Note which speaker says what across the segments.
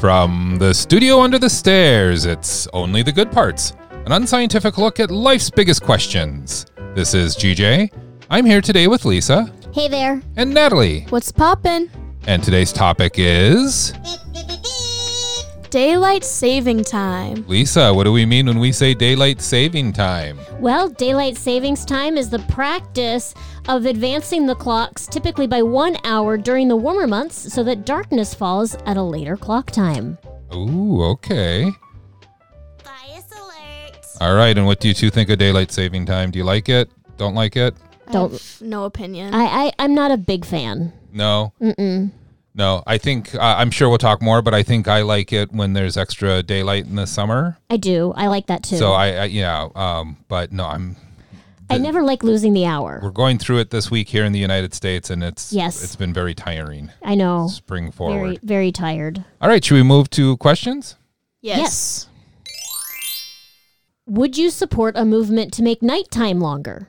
Speaker 1: From the studio under the stairs, it's Only the Good Parts, an unscientific look at life's biggest questions. This is GJ. I'm here today with Lisa
Speaker 2: Hey there.
Speaker 1: and Natalie,
Speaker 3: What's poppin'?
Speaker 1: and today's topic is
Speaker 3: Daylight saving time.
Speaker 1: Lisa, what do we mean when we say daylight saving time?
Speaker 2: Well, daylight savings time is the practice of advancing the clocks, typically by one hour during the warmer months, so that darkness falls at a later clock time.
Speaker 1: Ooh, okay.
Speaker 2: Bias alert.
Speaker 1: All right, and what do you two think of daylight saving time? Do you like it? Don't like it?
Speaker 2: Don't-
Speaker 3: I have no opinion.
Speaker 2: I, I I'm not a big fan.
Speaker 1: No?
Speaker 2: Mm-mm.
Speaker 1: No, I think uh, I'm sure we'll talk more, but I think I like it when there's extra daylight in the summer.
Speaker 2: I do. I like that too.
Speaker 1: So uh, I, I yeah, um, but no, I'm
Speaker 2: I never like losing the hour.
Speaker 1: we're going through it this week here in the United States, and it's
Speaker 2: Yes.
Speaker 1: it's been very tiring.
Speaker 2: I know.
Speaker 1: Spring forward.
Speaker 2: Very very tired.
Speaker 1: All right, should we move to questions?
Speaker 2: Yes. Would you support a movement to make nighttime longer?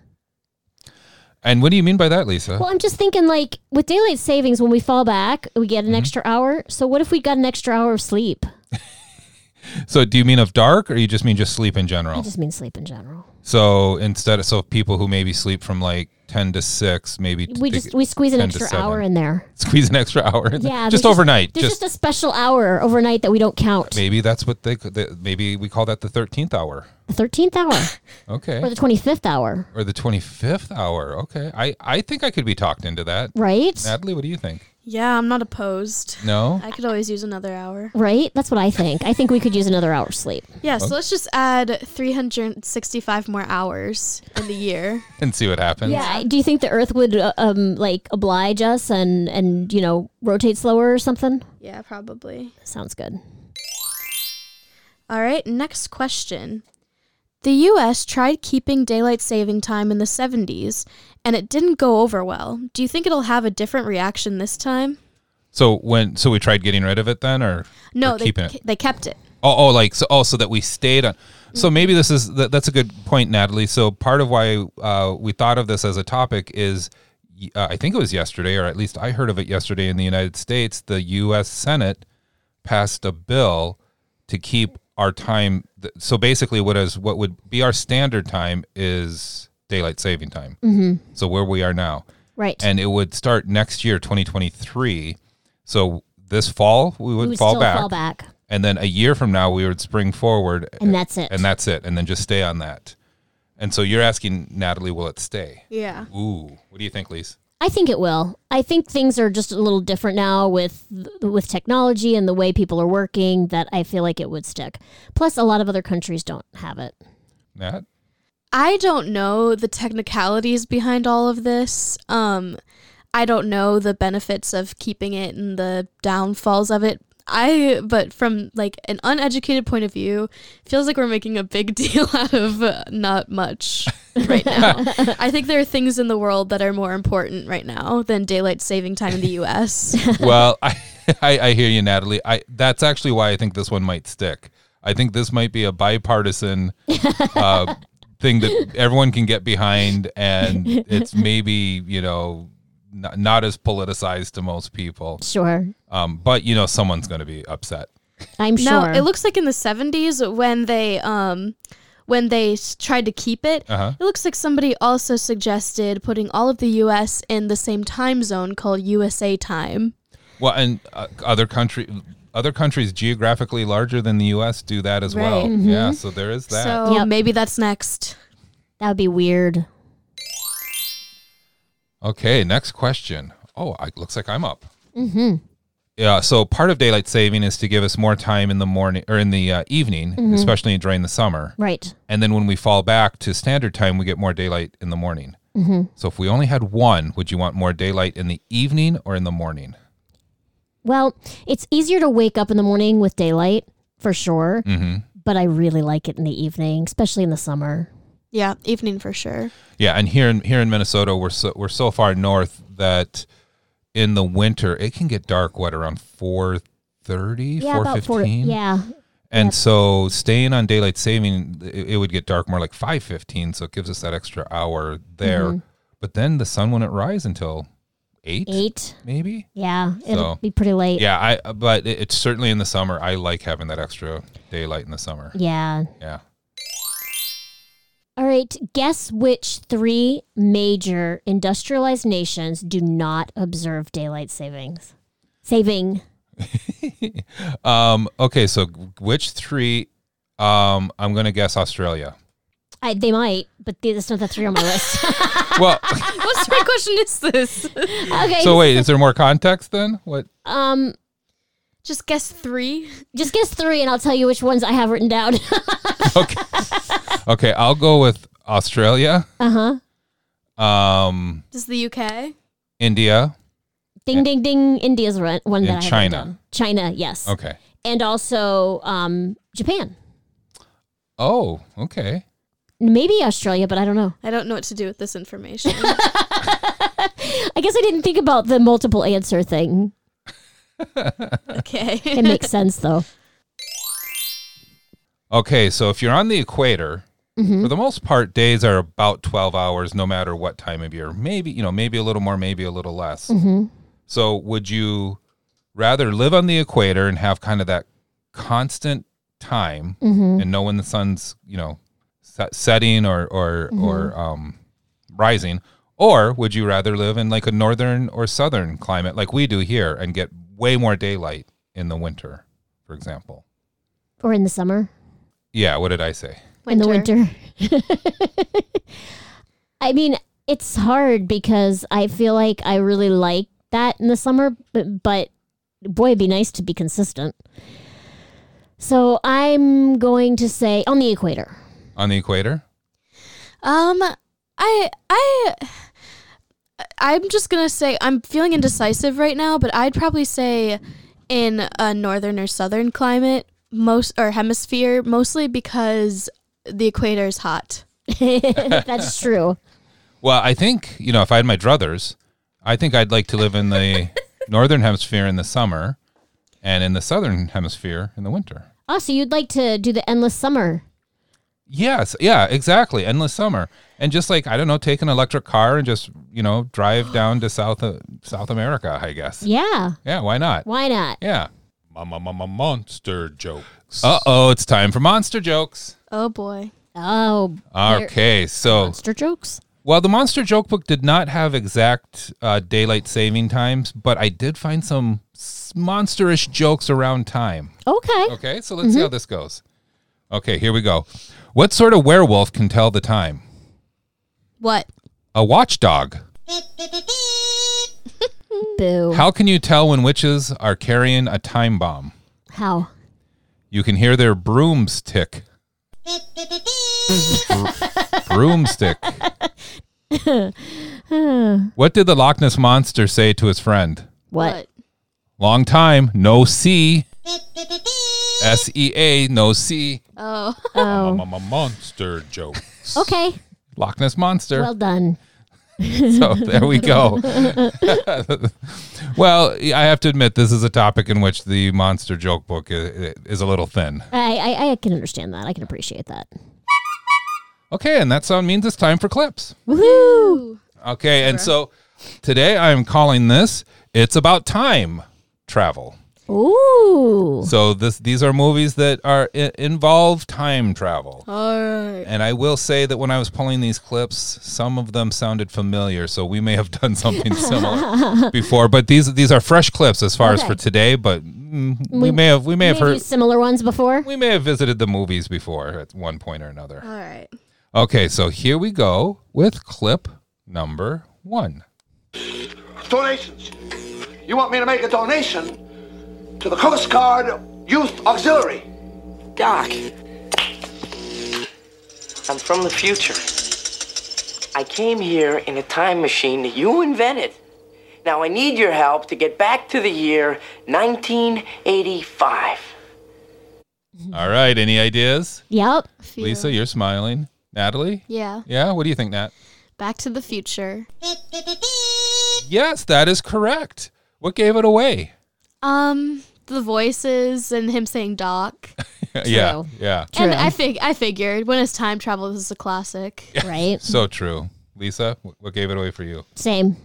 Speaker 1: And what do you mean by that, Lisa?
Speaker 2: Well, I'm just thinking like with daylight savings, when we fall back, we get an
Speaker 1: Mm-hmm.
Speaker 2: extra hour. So what if we got an extra hour of sleep?
Speaker 1: So do you mean of dark, or you just mean just sleep in
Speaker 2: I
Speaker 1: general?
Speaker 2: just mean sleep in general.
Speaker 1: so instead of so people who maybe sleep from like ten to six, maybe
Speaker 2: We
Speaker 1: they
Speaker 2: just we squeeze an
Speaker 1: 10 to
Speaker 2: extra hour
Speaker 1: 7.
Speaker 2: in there.
Speaker 1: squeeze an extra hour. in there.
Speaker 2: Yeah, there's
Speaker 1: just overnight.
Speaker 2: There's
Speaker 1: Just,
Speaker 2: just, a special hour overnight that we don't count.
Speaker 1: maybe that's what they could. they- Maybe we call that the thirteenth hour.
Speaker 2: The thirteenth hour
Speaker 1: Okay.
Speaker 2: or the twenty fifth hour,
Speaker 1: or the 25th hour. Okay. I, I think I could be talked into that.
Speaker 2: right?
Speaker 1: Natalie, what do you think?
Speaker 3: Yeah, I'm not opposed.
Speaker 1: No?
Speaker 3: I could always use another hour.
Speaker 2: Right? That's what I think. I think we could use another hour of sleep.
Speaker 3: Yeah, so let's just add 365 more hours in the year.
Speaker 1: And see what happens.
Speaker 2: Yeah. Do you think the Earth would uh, um like oblige us and and you know rotate slower or something?
Speaker 3: yeah, probably.
Speaker 2: Sounds good.
Speaker 3: All right, next question. The US tried keeping daylight saving time in the 70s, and it didn't go over well. Do you think it'll have a different reaction this time?
Speaker 1: So when so we tried getting rid of it then or
Speaker 3: No,
Speaker 1: or
Speaker 3: they,
Speaker 1: keeping it.
Speaker 3: ke- they kept it.
Speaker 1: Oh, oh like so oh so that we stayed on. So maybe this is that, that's a good point Natalie. So part of why uh, we thought of this as a topic is y- uh, I think it was yesterday or at least I heard of it yesterday in the United States, the US Senate passed a bill to keep our time th- so basically what is what would be our standard time is daylight saving time.
Speaker 2: Mm-hmm.
Speaker 1: so where we are now
Speaker 2: Right.
Speaker 1: and it would start next year 2023 so this fall we would,
Speaker 2: we would
Speaker 1: fall,
Speaker 2: still
Speaker 1: back,
Speaker 2: fall back,
Speaker 1: and then a year from now we would spring forward
Speaker 2: and that's it.
Speaker 1: and that's it and then just stay on that and so you're asking natalie will it stay
Speaker 3: Yeah.
Speaker 1: ooh what do you think lise
Speaker 2: I think it will. I think things are just a little different now with with technology and the way people are working that I feel like it would stick. Plus a lot of other countries don't have it.
Speaker 1: nat
Speaker 3: I don't know the technicalities behind all of this. Um, I don't know the benefits of keeping it and the downfalls of it. I, but from like an uneducated point of view, feels like we're making a big deal out of uh, not much right now. I think there are things in the world that are more important right now than daylight saving time in the U.S.
Speaker 1: well I, I i hear you natalie i that's actually why i think this one might stick i think this might be a bipartisan uh, thing that everyone can get behind and it's maybe you know not, not as politicized to most people
Speaker 2: Sure.
Speaker 1: um, but you know someone's going to be upset
Speaker 2: I'm sure.
Speaker 3: Now it looks like in the '70s when they um when they s- tried to keep it,
Speaker 1: Uh-huh.
Speaker 3: it looks like somebody also suggested putting all of the U.S. in the same time zone called USA time.
Speaker 1: well and uh, other country other countries geographically larger than the us do that as well
Speaker 3: Right. Mm-hmm.
Speaker 1: yeah so there is that
Speaker 3: So
Speaker 2: Yep.
Speaker 3: maybe that's next.
Speaker 2: that would be weird.
Speaker 1: Okay, next question. Oh, I, looks like I'm up. Mm-hmm. Yeah. So part of daylight saving is to give us more time in the morning or in the uh, evening,
Speaker 3: Mm-hmm.
Speaker 1: especially during the summer.
Speaker 2: Right.
Speaker 1: And then when we fall back to standard time, we get more daylight in the morning. Mm-hmm. So if we only had one, would you want more daylight in the evening or in the morning?
Speaker 2: Well, it's easier to wake up in the morning with daylight for sure,
Speaker 1: Mm-hmm.
Speaker 2: but I really like it in the evening, especially in the summer.
Speaker 3: Yeah, evening for sure.
Speaker 1: Yeah, and here in here in Minnesota, we're so we're so far north that in the winter it can get dark. What around four thirty?
Speaker 2: Yeah, about four. Yeah,
Speaker 1: And so staying on daylight saving, it, it would get dark more like
Speaker 2: Mm-hmm.
Speaker 1: 5.15. So it gives us that extra hour there. But then the sun wouldn't rise until eight,
Speaker 2: Eight.
Speaker 1: maybe.
Speaker 2: Yeah, it'll
Speaker 1: So-
Speaker 2: be pretty late.
Speaker 1: Yeah, I. But it, it's certainly in the summer. I like having that extra daylight in the summer.
Speaker 2: Yeah.
Speaker 1: Yeah.
Speaker 2: All right. Guess which three major industrialized nations do not observe daylight savings? Saving.
Speaker 1: Um. Okay. So which three? Um. I'm gonna guess Australia.
Speaker 2: I, they might, but th- that's not the three on my list.
Speaker 1: Well.
Speaker 3: What sort of question is this?
Speaker 2: okay.
Speaker 1: so wait, is there more context then? What?
Speaker 2: um,
Speaker 3: Just guess three.
Speaker 2: just guess three, and I'll tell you which ones I have written down.
Speaker 1: Okay. okay. I'll go with Australia.
Speaker 2: uh huh.
Speaker 1: Um.
Speaker 3: Just the UK.
Speaker 1: India.
Speaker 2: Ding, ding, ding. India's run- one
Speaker 1: And
Speaker 2: that I have written
Speaker 1: China.
Speaker 2: down. China, yes,
Speaker 1: Okay.
Speaker 2: and also um, Japan,
Speaker 1: Oh. Okay.
Speaker 2: maybe Australia, but I don't know.
Speaker 3: I don't know what to do with this information.
Speaker 2: I guess I didn't think about the multiple answer thing.
Speaker 3: okay.
Speaker 2: It makes sense though.
Speaker 1: Okay, so if you're on the equator, for the most part, days are about 12 hours, no matter what time of year. Maybe, you know, maybe a little more, maybe a little less. So would you rather live on the equator and have kind of that constant time
Speaker 2: Mm-hmm.
Speaker 1: and know when the sun's, you know, set, setting or, or, or, um, rising? Or would you rather live in like a northern or southern climate like we do here and get way more daylight in the winter, for example?
Speaker 2: Or in the summer.
Speaker 1: Yeah, what did I say?
Speaker 2: in the winter. I mean, it's hard because I feel like I really like that in the summer, but, but boy, it'd be nice to be consistent. So I'm going to say on the equator.
Speaker 1: on the equator.
Speaker 3: Um, I, I, I'm just gonna say I'm feeling indecisive right now, but I'd probably say in a northern or southern climate, most or hemisphere, mostly because the equator is hot.
Speaker 2: That's true.
Speaker 1: Well, I think you know if I had my druthers, I think I'd like to live in the northern hemisphere in the summer, and in the southern hemisphere in the winter.
Speaker 2: Oh, so you'd like to do the endless summer?
Speaker 1: Yes, yeah, exactly. Endless summer, and just like I don't know, take an electric car and just you know drive down to South uh, South America. I guess.
Speaker 2: Yeah.
Speaker 1: Yeah, why not?
Speaker 2: Why not?
Speaker 1: Yeah.
Speaker 4: Mama, mama, monster jokes.
Speaker 1: Uh oh, it's time for monster jokes.
Speaker 3: Oh boy.
Speaker 2: Oh,
Speaker 1: Okay, so
Speaker 2: monster jokes.
Speaker 1: Well, the Monster Joke Book did not have exact uh, daylight saving times, but I did find some s- monsterish jokes around time.
Speaker 2: Okay.
Speaker 1: Okay, so let's see how this goes. Okay, here we go. What sort of werewolf can tell the time?
Speaker 3: What?
Speaker 1: A watchdog.
Speaker 2: Boo.
Speaker 1: How can you tell when witches are carrying a time bomb?
Speaker 2: How?
Speaker 1: You can hear their brooms tick. Broomstick. what did the Loch Ness monster say to his friend?
Speaker 2: What?
Speaker 1: Long time, no C. S E A, no C.
Speaker 3: Oh.
Speaker 2: Oh.
Speaker 4: Mama, monster jokes.
Speaker 2: Okay.
Speaker 1: Loch Ness Monster.
Speaker 2: Well done.
Speaker 1: so there we go. well, I have to admit, this is a topic in which the monster joke book is, is a little thin.
Speaker 2: I, I I can understand that. I can appreciate that.
Speaker 1: Okay, and that sound means it's time for clips.
Speaker 3: Woohoo.
Speaker 1: Okay, and so today I'm calling this It's About Time Travel.
Speaker 2: Ooh.
Speaker 1: So this these are movies that are i- involve time travel.
Speaker 3: All right.
Speaker 1: And I will say that when I was pulling these clips, some of them sounded familiar, so we may have done something similar before. But these these are fresh clips as far as
Speaker 2: Okay.
Speaker 1: for today. But mm, we, may have we may have
Speaker 2: Maybe
Speaker 1: heard
Speaker 2: similar ones before.
Speaker 1: we may have visited the movies before at one point or another.
Speaker 3: All right.
Speaker 1: Okay, so here we go with clip number one.
Speaker 5: donations. You want me to make a donation to the Coast Guard Youth Auxiliary?
Speaker 6: Doc, I'm from the future. I came here in a time machine that you invented. Now I need your help to get back to the year 1985.
Speaker 1: All right, any ideas?
Speaker 2: Yep.
Speaker 1: Lisa, you're smiling. Natalie?
Speaker 3: Yeah.
Speaker 1: Yeah, what do you think, Nat?
Speaker 3: Back to the future.
Speaker 1: Yes, that is correct. What gave it away?
Speaker 3: Um, the voices and him saying Doc.
Speaker 1: yeah,
Speaker 2: True.
Speaker 1: yeah.
Speaker 2: True.
Speaker 3: And I fig I figured when it's time travel, this is a classic.
Speaker 2: Right.
Speaker 1: So true. Lisa, wh- what gave it away for you?
Speaker 2: Same.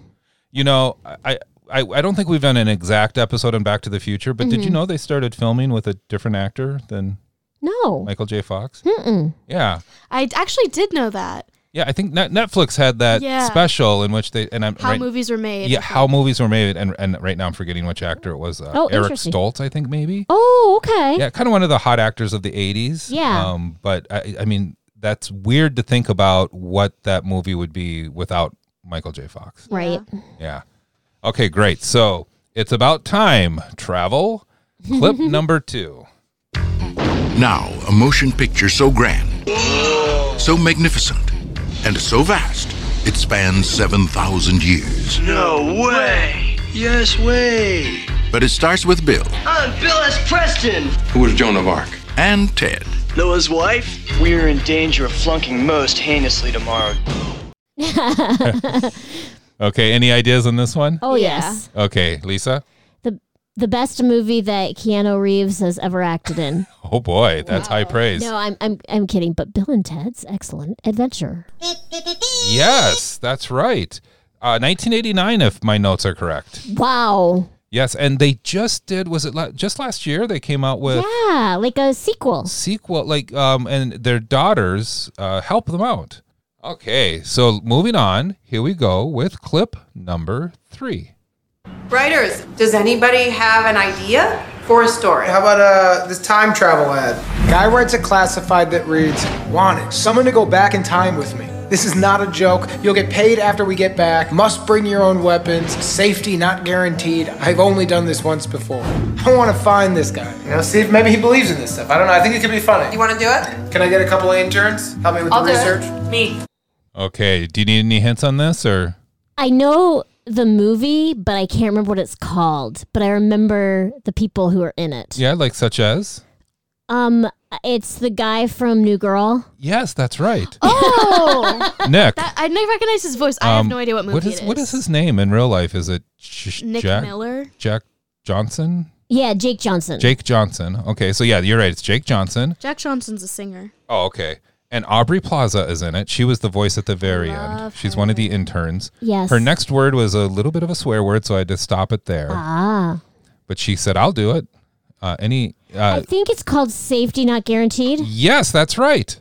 Speaker 1: you know, I, I, I don't think we've done an exact episode on Back to the Future, but
Speaker 3: Mm-hmm.
Speaker 1: did you know they started filming with a different actor than
Speaker 2: No.
Speaker 1: Michael J. Fox?
Speaker 2: Mm-mm.
Speaker 1: Yeah.
Speaker 3: I d- actually did know that
Speaker 1: Yeah, I think Net- Netflix had that
Speaker 3: Yeah.
Speaker 1: special in which they and I'm
Speaker 3: how
Speaker 1: right,
Speaker 3: movies were made.
Speaker 1: yeah how movies were made and and right now I'm forgetting which actor it was uh,
Speaker 2: Oh,
Speaker 1: Eric
Speaker 2: interesting.
Speaker 1: Stoltz I think maybe
Speaker 2: Oh, okay.
Speaker 1: yeah kind of one of the hot actors of the 80s
Speaker 2: Yeah.
Speaker 1: um but I I mean that's weird to think about what that movie would be without Michael J Fox
Speaker 2: Right.
Speaker 1: yeah okay great so it's about time travel clip number 2
Speaker 7: Now, a motion picture so grand, so magnificent, and so vast, it spans 7,000 years.
Speaker 8: No way! Yes way!
Speaker 7: But it starts with Bill
Speaker 8: I'm Bill S. Preston!
Speaker 9: Who was Joan of Arc?
Speaker 7: and Ted.
Speaker 8: Noah's wife? We're in danger of flunking most heinously tomorrow.
Speaker 1: okay any ideas on this one
Speaker 2: Oh,
Speaker 3: Yeah.
Speaker 2: yes.
Speaker 1: okay Lisa
Speaker 2: The the best movie that Keanu Reeves has ever acted in.
Speaker 1: oh boy that's high praise
Speaker 2: no, I'm I'm I'm kidding, but Bill and Ted's Excellent Adventure.
Speaker 1: Yes, that's right. Uh, 1989, if my notes are correct.
Speaker 2: Wow.
Speaker 1: Yes, and they just did. Was it la- just last year? They came out with
Speaker 2: Yeah, like a sequel.
Speaker 1: sequel, like, um, and their daughters uh, help them out. Okay, so moving on. Here we go with clip number three.
Speaker 10: Writers, does anybody have an idea for a story?
Speaker 11: How about uh, this time travel ad? Guy writes a classified that reads, Wanted, someone to go back in time with me. This is not a joke. You'll get paid after we get back. Must bring your own weapons. Safety not guaranteed. I've only done this once before. I want to find this guy. You know, see if maybe he believes in this stuff. I don't know. I think it could be funny.
Speaker 10: You want to do it?
Speaker 11: Can I get a couple interns? Help me with
Speaker 10: I'll
Speaker 11: the
Speaker 10: do
Speaker 11: research.
Speaker 10: it. Me.
Speaker 1: Okay, do you need any hints on this or?
Speaker 2: I know the movie, but I can't remember what it's called. But I remember the people who are in it.
Speaker 1: Yeah, like such as?
Speaker 2: Um, it's the guy from New Girl.
Speaker 1: Yes, that's right.
Speaker 3: Oh,
Speaker 1: Nick.
Speaker 3: I never recognize his voice. I have
Speaker 1: um,
Speaker 3: no idea what movie
Speaker 1: what is,
Speaker 3: it is.
Speaker 1: What is his name in real life? Is it J-
Speaker 3: Nick
Speaker 1: Jack,
Speaker 3: Miller.
Speaker 1: Jack Johnson?
Speaker 2: Yeah, Jake Johnson.
Speaker 1: Jake Johnson. Okay, so yeah, you're right. It's Jake Johnson.
Speaker 3: Jack Johnson's a singer.
Speaker 1: Oh, okay. And Aubrey Plaza is in it. She was the voice at the very end.
Speaker 3: Love
Speaker 1: She's one of the interns.
Speaker 2: Yes.
Speaker 1: Her next word was a little bit of a swear word, so I had to stop it there.
Speaker 2: Ah,
Speaker 1: But she said, "I'll do it." Uh, any?
Speaker 2: I
Speaker 1: Uh,
Speaker 2: think it's called Safety Not Guaranteed.
Speaker 1: yes, that's right.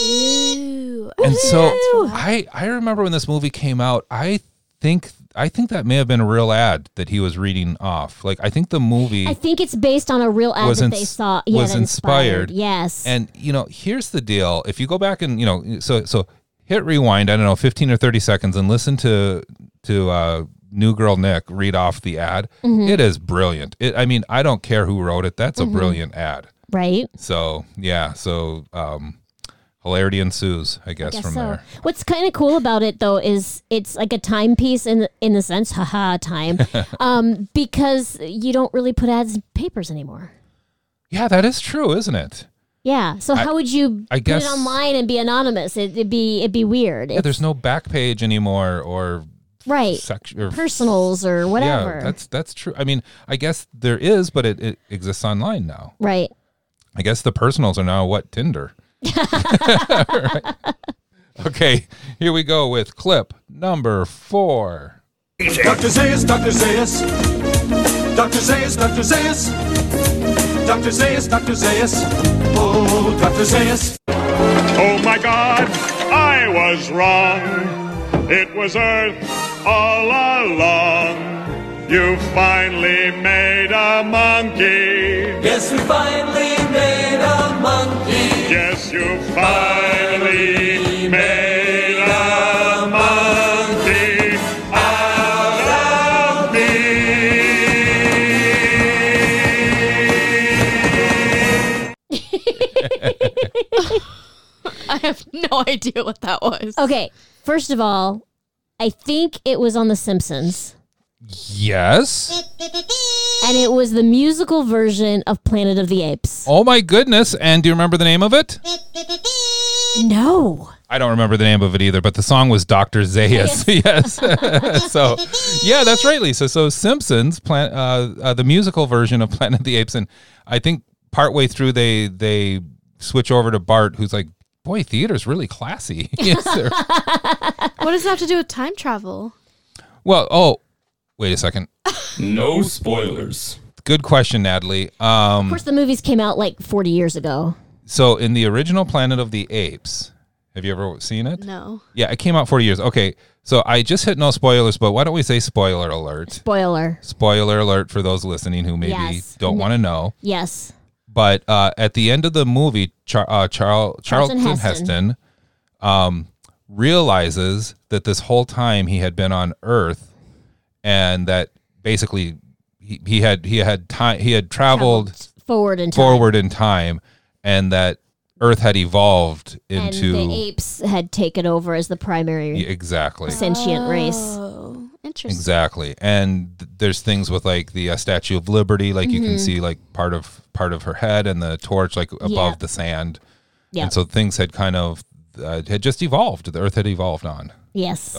Speaker 3: Ooh,
Speaker 1: And so I I remember when this movie came out. I think I think that may have been a real ad that he was reading off. Like I think the movie.
Speaker 2: I think it's based on a real ad
Speaker 1: Was
Speaker 2: that
Speaker 1: ins-
Speaker 2: they saw. Yeah,
Speaker 1: was
Speaker 2: that
Speaker 1: inspired.
Speaker 2: Yes.
Speaker 1: And you know, here's the deal. If you go back and you know, so so hit rewind. I don't know, fifteen or thirty seconds, and listen to to uh, New Girl Nick read off the ad.
Speaker 2: Mm-hmm.
Speaker 1: It is brilliant. It, I mean, I don't care who wrote it. That's a brilliant ad.
Speaker 2: right.
Speaker 1: So yeah, so um, hilarity ensues, I guess,
Speaker 2: Guess
Speaker 1: from
Speaker 2: so.
Speaker 1: there.
Speaker 2: What's kind of cool about it though is it's like a timepiece in in the sense, haha, time, um, because you don't really put ads in papers anymore.
Speaker 1: Yeah, that is true, isn't it?
Speaker 2: Yeah. So how would you
Speaker 1: I
Speaker 2: put
Speaker 1: guess-
Speaker 2: it online and be anonymous? It, it'd be it'd be weird.
Speaker 1: Yeah,
Speaker 2: It's-
Speaker 1: there's no back page anymore, or
Speaker 2: right
Speaker 1: section or
Speaker 2: personals or whatever.
Speaker 1: Yeah, that's that's true. I mean, I guess there is, but it, it exists online now.
Speaker 2: right.
Speaker 1: I guess the personals are now what Tinder. Right. Okay, here we go with clip number four.
Speaker 5: Dr. Zeus, Dr. Zeus. Dr. Zeus, Dr. Zeus. Dr. Zeus, Dr. Zeus. Oh, Dr. Zeus.
Speaker 9: Oh my god, I was wrong. It was Earth all along. You finally made a monkey.
Speaker 5: Yes, we finally made a monkey.
Speaker 9: Yes, you finally made a monkey out of me.
Speaker 3: I have no idea what that was.
Speaker 1: Oh.
Speaker 2: Okay. First of all, I think it was on The Simpsons,
Speaker 1: Yes.
Speaker 2: and it was the musical version of Planet of the Apes.
Speaker 1: Oh my goodness. And do you remember the name of it?
Speaker 2: No.
Speaker 1: I don't remember the name of it either, but the song was Dr. Zayas. Yes. so, yeah, that's right, Lisa. So, Simpsons, plan, uh, uh, the musical version of Planet of the Apes. And I think partway through, they they switch over to Bart, who's like, boy, theater's really classy. yes, sir.
Speaker 3: What does that have to do with time travel?
Speaker 1: Well, oh, wait a second.
Speaker 12: No spoilers.
Speaker 1: Good question, Natalie. Um,
Speaker 2: Of course, the movies came out like 40 years ago.
Speaker 1: So in the original Planet of the Apes, have you ever seen it?
Speaker 3: No.
Speaker 1: Yeah, it came out 40 years. Okay. So I just hit no spoilers, but why don't we say spoiler alert?
Speaker 2: Spoiler.
Speaker 1: Spoiler alert for those listening who maybe
Speaker 2: Yes. Mm-hmm.
Speaker 1: don't want to know.
Speaker 2: Yes.
Speaker 1: But uh, at the end of the movie, Char- uh, Charl- Charlton
Speaker 2: Charlton
Speaker 1: Heston,
Speaker 2: Heston.
Speaker 1: um, realizes that this whole time he had been on Earth, and that basically he, he had he had time he had traveled
Speaker 2: Forward in time.
Speaker 1: forward in time, and that Earth had evolved
Speaker 2: And
Speaker 1: into
Speaker 2: the apes had taken over as the primary
Speaker 1: Yeah, exactly
Speaker 2: sentient race.
Speaker 3: Oh, interesting.
Speaker 1: exactly and th- there's things with like the uh, statue of liberty like you can
Speaker 2: Mhm.
Speaker 1: see like part of part of her head and the torch like above
Speaker 2: Yeah.
Speaker 1: the sand
Speaker 2: Yeah.
Speaker 1: and so things had kind of uh, had just evolved the earth had evolved on
Speaker 2: Yes.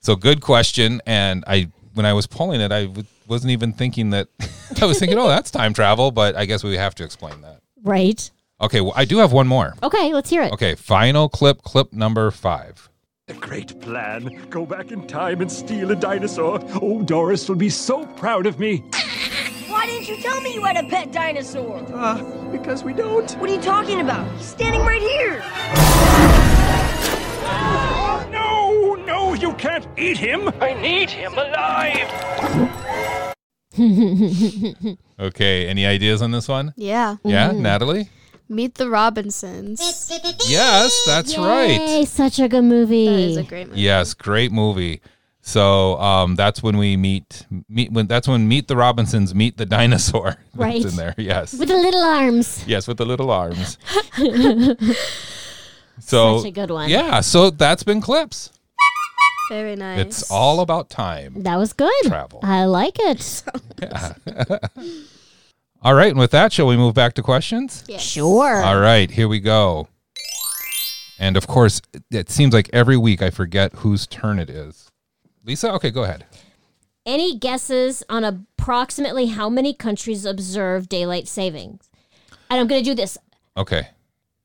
Speaker 1: so good question and i when i was pulling it i w- wasn't even thinking that i was thinking oh that's time travel but i guess we have to explain that
Speaker 2: Right.
Speaker 1: okay well i do have one more
Speaker 2: Okay, let's hear it.
Speaker 1: okay final clip clip number five
Speaker 13: A great plan. Go back in time and steal a dinosaur. Oh, Doris will be so proud of me.
Speaker 14: Why didn't you tell me you had a pet dinosaur? Uh, because we don't. What are you talking about? He's standing right here.
Speaker 13: No, no, you can't eat him. I need him alive.
Speaker 1: okay any ideas on this one
Speaker 3: Yeah.
Speaker 1: yeah
Speaker 2: Mm.
Speaker 1: natalie
Speaker 3: Meet the Robinsons.
Speaker 1: yes that's right
Speaker 2: Yay, such a good movie. That is a
Speaker 3: great
Speaker 1: Yes, great movie. So um, that's when we meet meet when that's when meet the Robinsons meet the dinosaur. That's
Speaker 2: Right.
Speaker 1: in there, yes,
Speaker 2: With the little arms.
Speaker 1: yes, with the little arms. So
Speaker 2: Such a good one.
Speaker 1: Yeah, so that's been clips.
Speaker 3: Very nice.
Speaker 1: It's all about time.
Speaker 2: That was good.
Speaker 1: Travel.
Speaker 2: I like it.
Speaker 1: All right, and with that, shall we move back to questions?
Speaker 2: Sure.
Speaker 1: All right, here we go. And of course, it- it seems like every week I forget whose turn it is. Lisa, okay, go ahead.
Speaker 2: Any guesses on approximately how many countries observe daylight savings? And I'm going to do this
Speaker 1: Okay.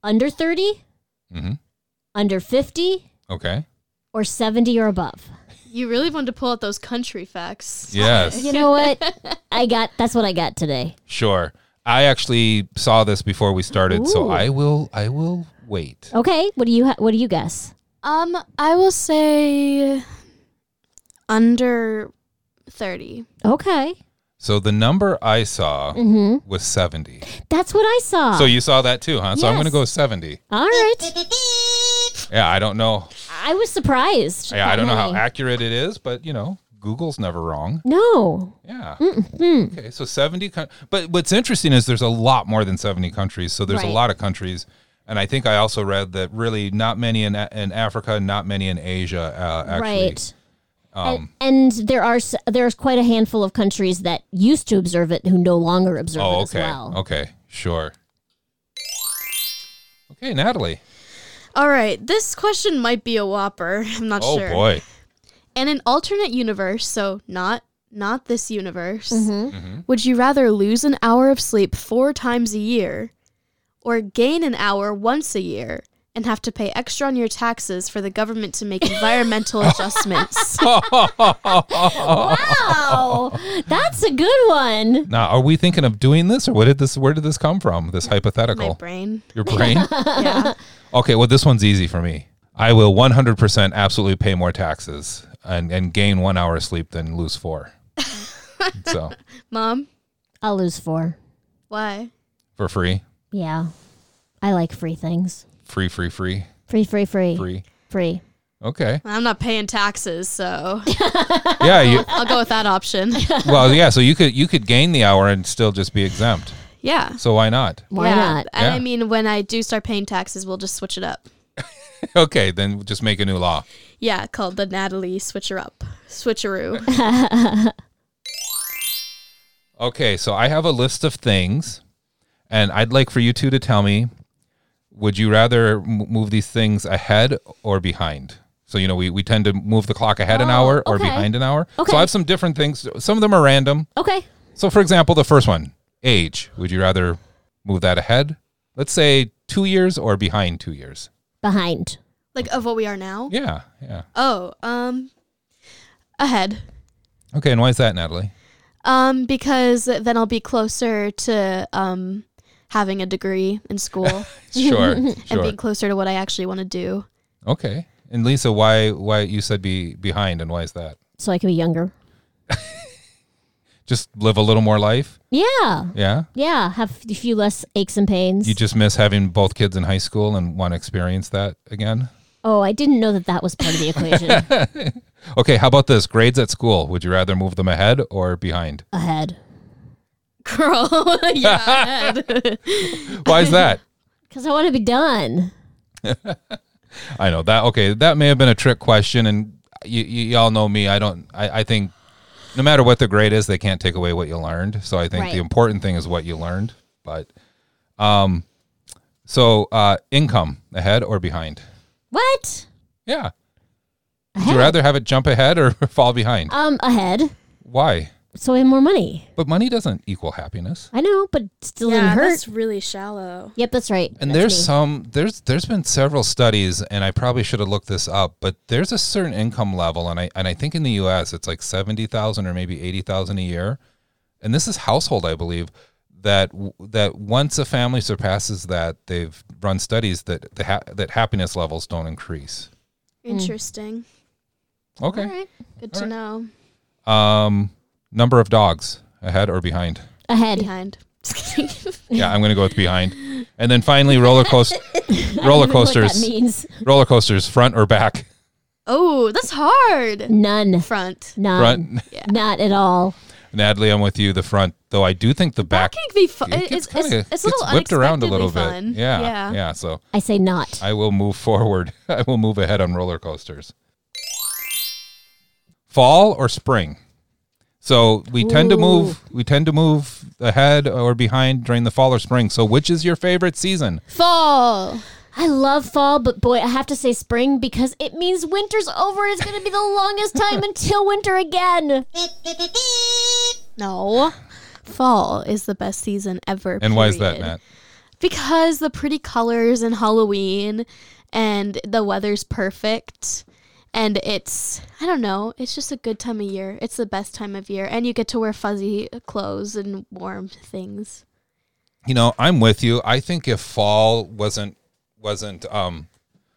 Speaker 2: under 30,
Speaker 1: hmm
Speaker 2: under 50,
Speaker 1: Okay.
Speaker 2: or 70 or above.
Speaker 3: You really wanted to pull out those country facts.
Speaker 1: Yes.
Speaker 2: You know what? I got that's what I got today.
Speaker 1: Sure. I actually saw this before we started, so
Speaker 2: Ooh. Oh.
Speaker 1: I will I will wait.
Speaker 2: Okay, what do you ha- what do you guess?
Speaker 3: Um, I will say under 30.
Speaker 2: Okay.
Speaker 1: So the number I saw
Speaker 2: Mhm.
Speaker 1: was 70.
Speaker 2: That's what I saw.
Speaker 1: So you saw that too, huh? So I'm going to
Speaker 2: Yes.
Speaker 1: go 70.
Speaker 2: All right.
Speaker 1: Yeah, I don't know.
Speaker 2: I was surprised.
Speaker 1: Yeah, I
Speaker 2: at
Speaker 1: don't know how
Speaker 2: mine.
Speaker 1: accurate it is, but you know, Google's never wrong.
Speaker 2: No. Mm-hmm.
Speaker 1: Yeah.
Speaker 2: Mm. Mm-mm.
Speaker 1: Okay, so 70 coun- but what's interesting is there's a lot more than 70 countries, so there's
Speaker 2: Right.
Speaker 1: a lot of countries and I think I also read that really not many in A- in Africa, not many in Asia uh, actually.
Speaker 2: Right.
Speaker 1: Um,
Speaker 2: And there are s- there's quite a handful of countries that used to observe it who no longer observe
Speaker 1: oh,
Speaker 2: it
Speaker 1: okay.
Speaker 2: as well.
Speaker 1: Okay, sure. Okay, Natalie.
Speaker 3: All right, this question might be a whopper. I'm not
Speaker 1: oh
Speaker 3: sure.
Speaker 1: boy.
Speaker 3: In an alternate universe, so not not this universe,
Speaker 1: Mhm.
Speaker 3: would you rather lose an hour of sleep four times a year or gain an hour once a year and have to pay extra on your taxes for the government to make environmental adjustments?
Speaker 1: Oh.
Speaker 2: wow. That's a good one.
Speaker 1: Now, are we thinking of doing this, or what did this? Where did this come from? This hypothetical.
Speaker 3: My brain.
Speaker 1: Your brain.
Speaker 3: yeah.
Speaker 1: okay. Well, this one's easy for me. I will 100% absolutely pay more taxes and, and gain one hour of sleep than lose four. so
Speaker 3: Mom,
Speaker 2: I'll lose four.
Speaker 3: why?
Speaker 1: for free,
Speaker 2: Yeah. I like free things.
Speaker 1: free, free, free,
Speaker 2: Free, free, free.
Speaker 1: free.
Speaker 2: Free.
Speaker 1: Okay.
Speaker 3: I'm not paying taxes, so
Speaker 1: Yeah. You,
Speaker 3: I'll go with that option.
Speaker 1: well, yeah. So you could you could gain the hour and still just be exempt.
Speaker 3: yeah.
Speaker 1: So why not?
Speaker 3: yeah. And
Speaker 1: Yeah.
Speaker 3: I mean, when I do start paying taxes, we'll just switch it up.
Speaker 1: okay. Then just make a new law.
Speaker 3: Yeah, called the Natalie Switcher Up. Switcheroo.
Speaker 1: Okay, so I have a list of things, and I'd like for you two to tell me: Would you rather m- move these things ahead or behind? So you know, we, we tend to move the clock ahead an
Speaker 2: Oh,
Speaker 1: hour or
Speaker 2: okay.
Speaker 1: behind an hour.
Speaker 2: Okay.
Speaker 1: So I have some different things. Some of them are random.
Speaker 2: Okay.
Speaker 1: So, for example, the first one, age. Would you rather move that ahead? Let's say two years or behind two years.
Speaker 2: Behind.
Speaker 3: like of what we are now?
Speaker 1: Yeah, yeah.
Speaker 3: Oh, um Oh, ahead.
Speaker 1: Okay, and why is that, Natalie?
Speaker 3: Um, because then I'll be closer to um having a degree in school.
Speaker 1: Sure,
Speaker 3: and
Speaker 1: sure.
Speaker 3: being closer to what I actually want to do.
Speaker 1: Okay, and Lisa, why why you said be behind, and why is that?
Speaker 2: so I can be younger.
Speaker 1: Just live a little more life.
Speaker 2: Yeah.
Speaker 1: Yeah,
Speaker 2: Yeah. Have a few less aches and pains.
Speaker 1: you just miss having both kids in high school and want to experience that again.
Speaker 2: oh, I didn't know that that was part of the equation.
Speaker 1: Okay, how about this? Grades at school. Would you rather move them ahead or behind?
Speaker 2: Ahead.
Speaker 3: Girl, yeah, ahead.
Speaker 1: Why is that?
Speaker 2: Because I want to be done.
Speaker 1: I know that. Okay, that may have been a trick question, and you, you, all know me. I don't. I, I think no matter what the grade is, they can't take away what you learned. So I think
Speaker 2: Right.
Speaker 1: the important thing is what you learned. But, um, so uh, income ahead or behind?
Speaker 2: What?
Speaker 1: Yeah. Would you rather have it jump ahead or fall behind?
Speaker 2: Um, ahead.
Speaker 1: Why?
Speaker 2: So I have more money.
Speaker 1: But money doesn't equal happiness.
Speaker 2: I know, but still
Speaker 3: yeah,
Speaker 2: didn't hurt.
Speaker 3: that's really shallow.
Speaker 2: Yep, that's right.
Speaker 1: And
Speaker 2: That's
Speaker 1: there's
Speaker 2: me.
Speaker 1: some there's there's been several studies, and I probably should have looked this up, but there's a certain income level, and I and I think in the U.S. it's like seventy thousand or maybe eighty thousand a year, and this is household, I believe, that w- that once a family surpasses that, they've run studies that the ha- that happiness levels don't increase.
Speaker 3: Mm. Interesting.
Speaker 1: Okay.
Speaker 3: Good to know.
Speaker 1: Um, number of dogs ahead or behind?
Speaker 2: Ahead.
Speaker 3: Behind.
Speaker 1: Yeah, I'm gonna go with behind, and then finally roller coaster roller
Speaker 2: even know what that
Speaker 1: coasters
Speaker 2: means.
Speaker 1: roller coasters front or back.
Speaker 3: Oh, that's hard.
Speaker 2: None.
Speaker 3: Front.
Speaker 2: None.
Speaker 1: Front.
Speaker 2: Not at all.
Speaker 1: Natalie, I'm with you. The front, though, I do think the back.
Speaker 3: It can be fun.
Speaker 1: it
Speaker 3: It's, it's,
Speaker 1: kinda
Speaker 3: it's, a little
Speaker 1: gets whipped around a
Speaker 3: unexpectedly
Speaker 1: little
Speaker 3: fun.
Speaker 1: bit. Yeah,
Speaker 3: yeah.
Speaker 1: yeah. So
Speaker 2: I say not.
Speaker 1: I will move forward. I will move ahead on roller coasters. Fall or spring? So we tend to move. We tend to move ahead or behind during the fall or spring. So which is your favorite season?
Speaker 3: Fall.
Speaker 2: I love fall, but boy, I have to say spring because it means winter's over. It's going to be the longest time until winter again.
Speaker 3: No. Fall is the best season ever.
Speaker 1: And why is that,
Speaker 3: period.
Speaker 1: Matt?
Speaker 3: Because the pretty colors and Halloween and the weather's perfect. And it's, I don't know, it's just a good time of year. It's the best time of year. And you get to wear fuzzy clothes and warm things.
Speaker 1: You know, I'm with you. I think if fall wasn't wasn't um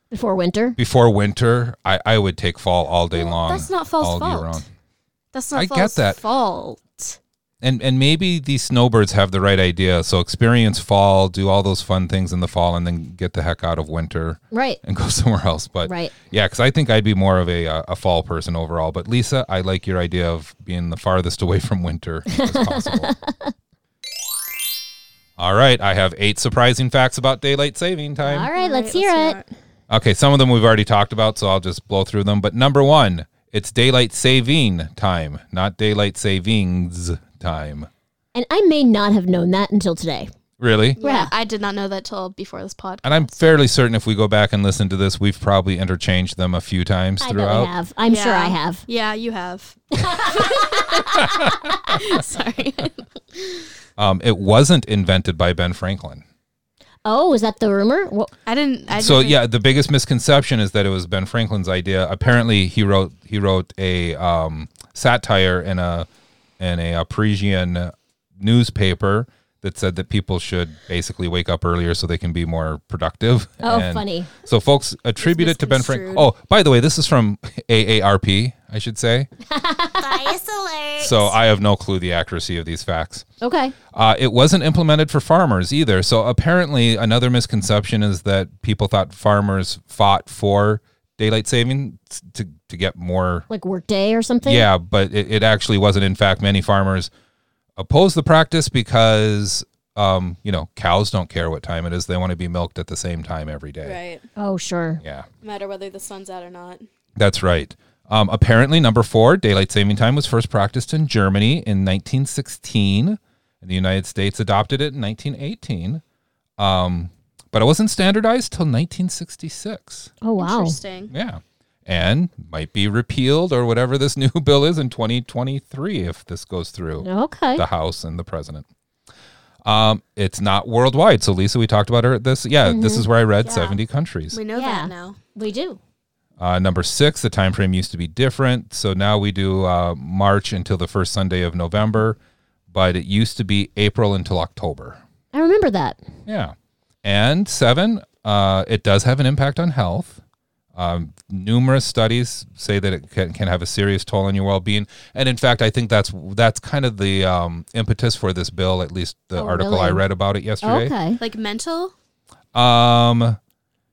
Speaker 2: Before winter.
Speaker 1: before winter, I I would take fall all day long.
Speaker 3: that's not fall's
Speaker 1: all year
Speaker 3: fault.
Speaker 1: round.
Speaker 3: That's not
Speaker 1: I get
Speaker 3: fall's
Speaker 1: that.
Speaker 3: fault.
Speaker 1: and and maybe these snowbirds have the right idea. So experience fall, do all those fun things in the fall, and then get the heck out of winter,
Speaker 2: Right.
Speaker 1: And go somewhere else. But
Speaker 2: Right.
Speaker 1: yeah, because I think I'd be more of a uh, a fall person overall. But Lisa, I like your idea of being the farthest away from winter as possible. all right, I have eight surprising facts about daylight saving time.
Speaker 2: All right, let's hear it.
Speaker 1: Okay, some of them we've already talked about, so I'll just blow through them. But number one, it's daylight saving time, not daylight savings time.
Speaker 2: And I may not have known that until today.
Speaker 1: Really?
Speaker 3: Yeah. I did not know that till before this podcast.
Speaker 1: And I'm fairly certain if we go back and listen to this, we've probably interchanged them a few times
Speaker 2: I bet
Speaker 1: throughout.
Speaker 2: I have. I'm sure I have.
Speaker 3: Yeah, you have. Sorry.
Speaker 1: Um, it wasn't invented by Ben Franklin.
Speaker 2: Oh, is that the rumor? Wha-
Speaker 3: I didn't. I
Speaker 1: so yeah, the biggest misconception is that it was Ben Franklin's idea. Apparently, he wrote he wrote a um, satire in a in a, uh Parisian newspaper that said that people should basically wake up earlier so they can be more productive.
Speaker 2: Oh, funny.
Speaker 1: So folks attribute it to Ben Franklin. Oh,
Speaker 2: misconstrued.
Speaker 1: by the way, this is from AARP, I should say. So I have no clue the accuracy of these facts.
Speaker 2: Okay.
Speaker 1: Uh, it wasn't implemented for farmers either. So apparently, another misconception is that people thought farmers fought for daylight saving to to get more.
Speaker 2: Like workday or something?
Speaker 1: Yeah, but it, it actually wasn't. In fact, many farmers opposed the practice because um, you know cows don't care what time it is; they want to be milked at the same time every day.
Speaker 3: Right.
Speaker 2: Oh, sure.
Speaker 1: Yeah.
Speaker 3: No matter whether the sun's out or not.
Speaker 1: That's right. Um, apparently, number four, daylight saving time was first practiced in Germany in 1916, and the United States adopted it in 1918. Um, but it wasn't standardized till 1966,
Speaker 2: Oh, wow.
Speaker 3: Interesting.
Speaker 1: Yeah. and might be repealed or whatever this new bill is in 2023 if this goes through.
Speaker 2: Okay.
Speaker 1: The House and the President. Um, it's not worldwide. So Lisa, we talked about her. This, yeah, this
Speaker 2: Mhm.
Speaker 1: is where I read
Speaker 2: Yeah.
Speaker 1: 70 countries.
Speaker 3: We know
Speaker 2: Yeah.
Speaker 3: that now.
Speaker 2: We do.
Speaker 1: Uh, number six, the time frame used to be different, so now we do uh, March until the first Sunday of November, but it used to be April until October.
Speaker 2: I remember that.
Speaker 1: Yeah. And seven, uh, it does have an impact on health. Um, numerous studies say that it can, can have a serious toll on your well-being, and in fact, I think that's that's kind of the um, impetus for this bill. At least the
Speaker 3: Oh,
Speaker 1: article I
Speaker 3: really?
Speaker 1: read about it yesterday.
Speaker 3: Like mental
Speaker 1: Um,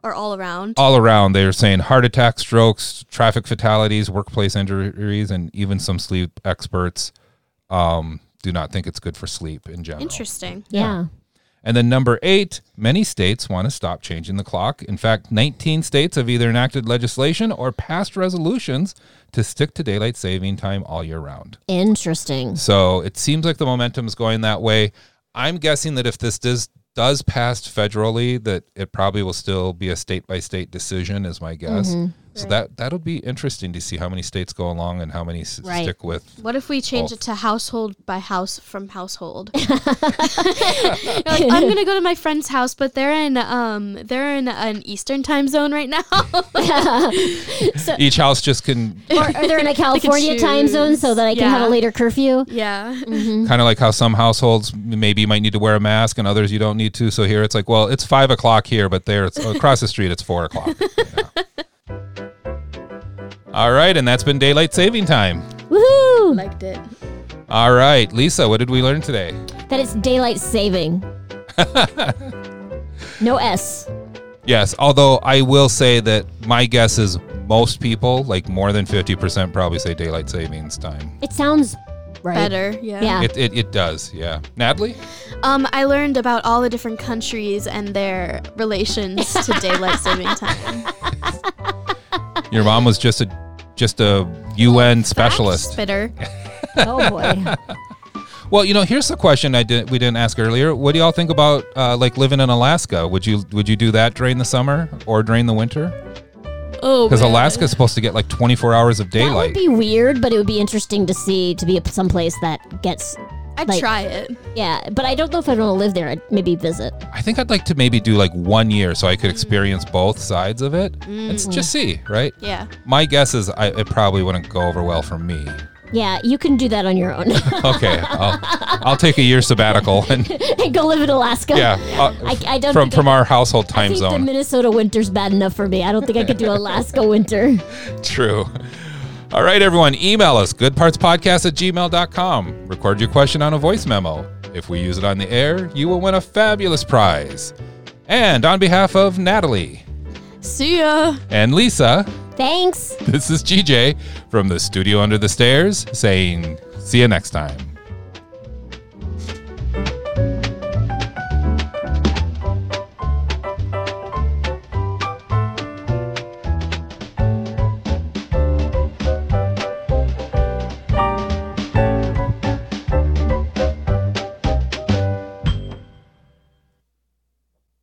Speaker 3: or all around?
Speaker 1: all around, they're saying heart attacks, strokes, traffic fatalities, workplace injuries, and even some sleep experts um, do not think it's good for sleep in general.
Speaker 3: Interesting.
Speaker 2: Yeah.
Speaker 1: And then number eight, many states want to stop changing the clock. In fact, 19 states have either enacted legislation or passed resolutions to stick to daylight saving time all year round.
Speaker 2: Interesting.
Speaker 1: So it seems like the momentum is going that way. I'm guessing that if this does does pass federally, that it probably will still be a state by state decision, is my guess.
Speaker 3: Mhm.
Speaker 1: So that that'll be interesting to see how many states go along and how many s-
Speaker 3: Right.
Speaker 1: stick with.
Speaker 3: What if we change
Speaker 1: Oh.
Speaker 3: it to household by house from household? You're like, I'm gonna go to my friend's house, but they're in um they're in an Eastern time zone right now.
Speaker 2: so,
Speaker 1: Each house just can
Speaker 2: or are they in a
Speaker 3: They can
Speaker 2: California time zone so that I can have
Speaker 3: Yeah.
Speaker 2: a later curfew?
Speaker 3: Yeah.
Speaker 1: kind of like how some households maybe you might need to wear a mask and others you don't need to. So here it's like, well, it's five o'clock here, but there it's across the street, it's four o'clock. Yeah. All right, and that's been daylight saving time.
Speaker 2: Woohoo!
Speaker 3: Liked it.
Speaker 1: All right, Lisa, what did we learn today?
Speaker 2: That it's daylight saving. no S.
Speaker 1: Yes, although I will say that my guess is most people, like more than 50%, probably say daylight savings time.
Speaker 2: It sounds right.
Speaker 3: Better, yeah.
Speaker 2: Yeah.
Speaker 1: It, it, it does, yeah. Natalie?
Speaker 3: Um, I learned about all the different countries and their relations to daylight saving time.
Speaker 1: Your mom was just a just a UN specialist.
Speaker 3: Spitter.
Speaker 2: oh boy.
Speaker 1: Well, you know, here's the question I did we didn't ask earlier. What do y'all think about uh, like living in Alaska? Would you would you do that during the summer or during the winter?
Speaker 3: Oh,
Speaker 1: Because Alaska's supposed to get like 24 hours of
Speaker 2: That would
Speaker 1: daylight.
Speaker 2: be weird, but it would be interesting to see to be someplace that gets.
Speaker 3: I'd
Speaker 2: like-
Speaker 3: try it.
Speaker 2: Yeah, but I don't know if I want to live there. I'd maybe visit.
Speaker 1: I think I'd like to maybe do like one year so I could experience both sides of it and s-
Speaker 2: Mm.
Speaker 1: just see, right?
Speaker 3: Yeah.
Speaker 1: My guess is I, it probably wouldn't go over well for me.
Speaker 2: Yeah, you can do that on your own.
Speaker 1: Okay, I'll, I'll take a year sabbatical and
Speaker 2: and go live in Alaska.
Speaker 1: yeah, uh,
Speaker 2: I, I don't
Speaker 1: from
Speaker 2: think
Speaker 1: from
Speaker 2: I,
Speaker 1: our household
Speaker 2: I
Speaker 1: time
Speaker 2: think the
Speaker 1: zone.
Speaker 2: Minnesota winter's bad enough for me. I don't think I could do Alaska winter.
Speaker 1: True. All right, everyone, email us goodpartspodcast at gmail.com. Record your question on a voice memo. If we use it on the air, you will win a fabulous prize. And on behalf of Natalie
Speaker 3: See ya.
Speaker 1: and Lisa,
Speaker 2: Thanks.
Speaker 1: this is GJ from the studio under the stairs saying, see you next time.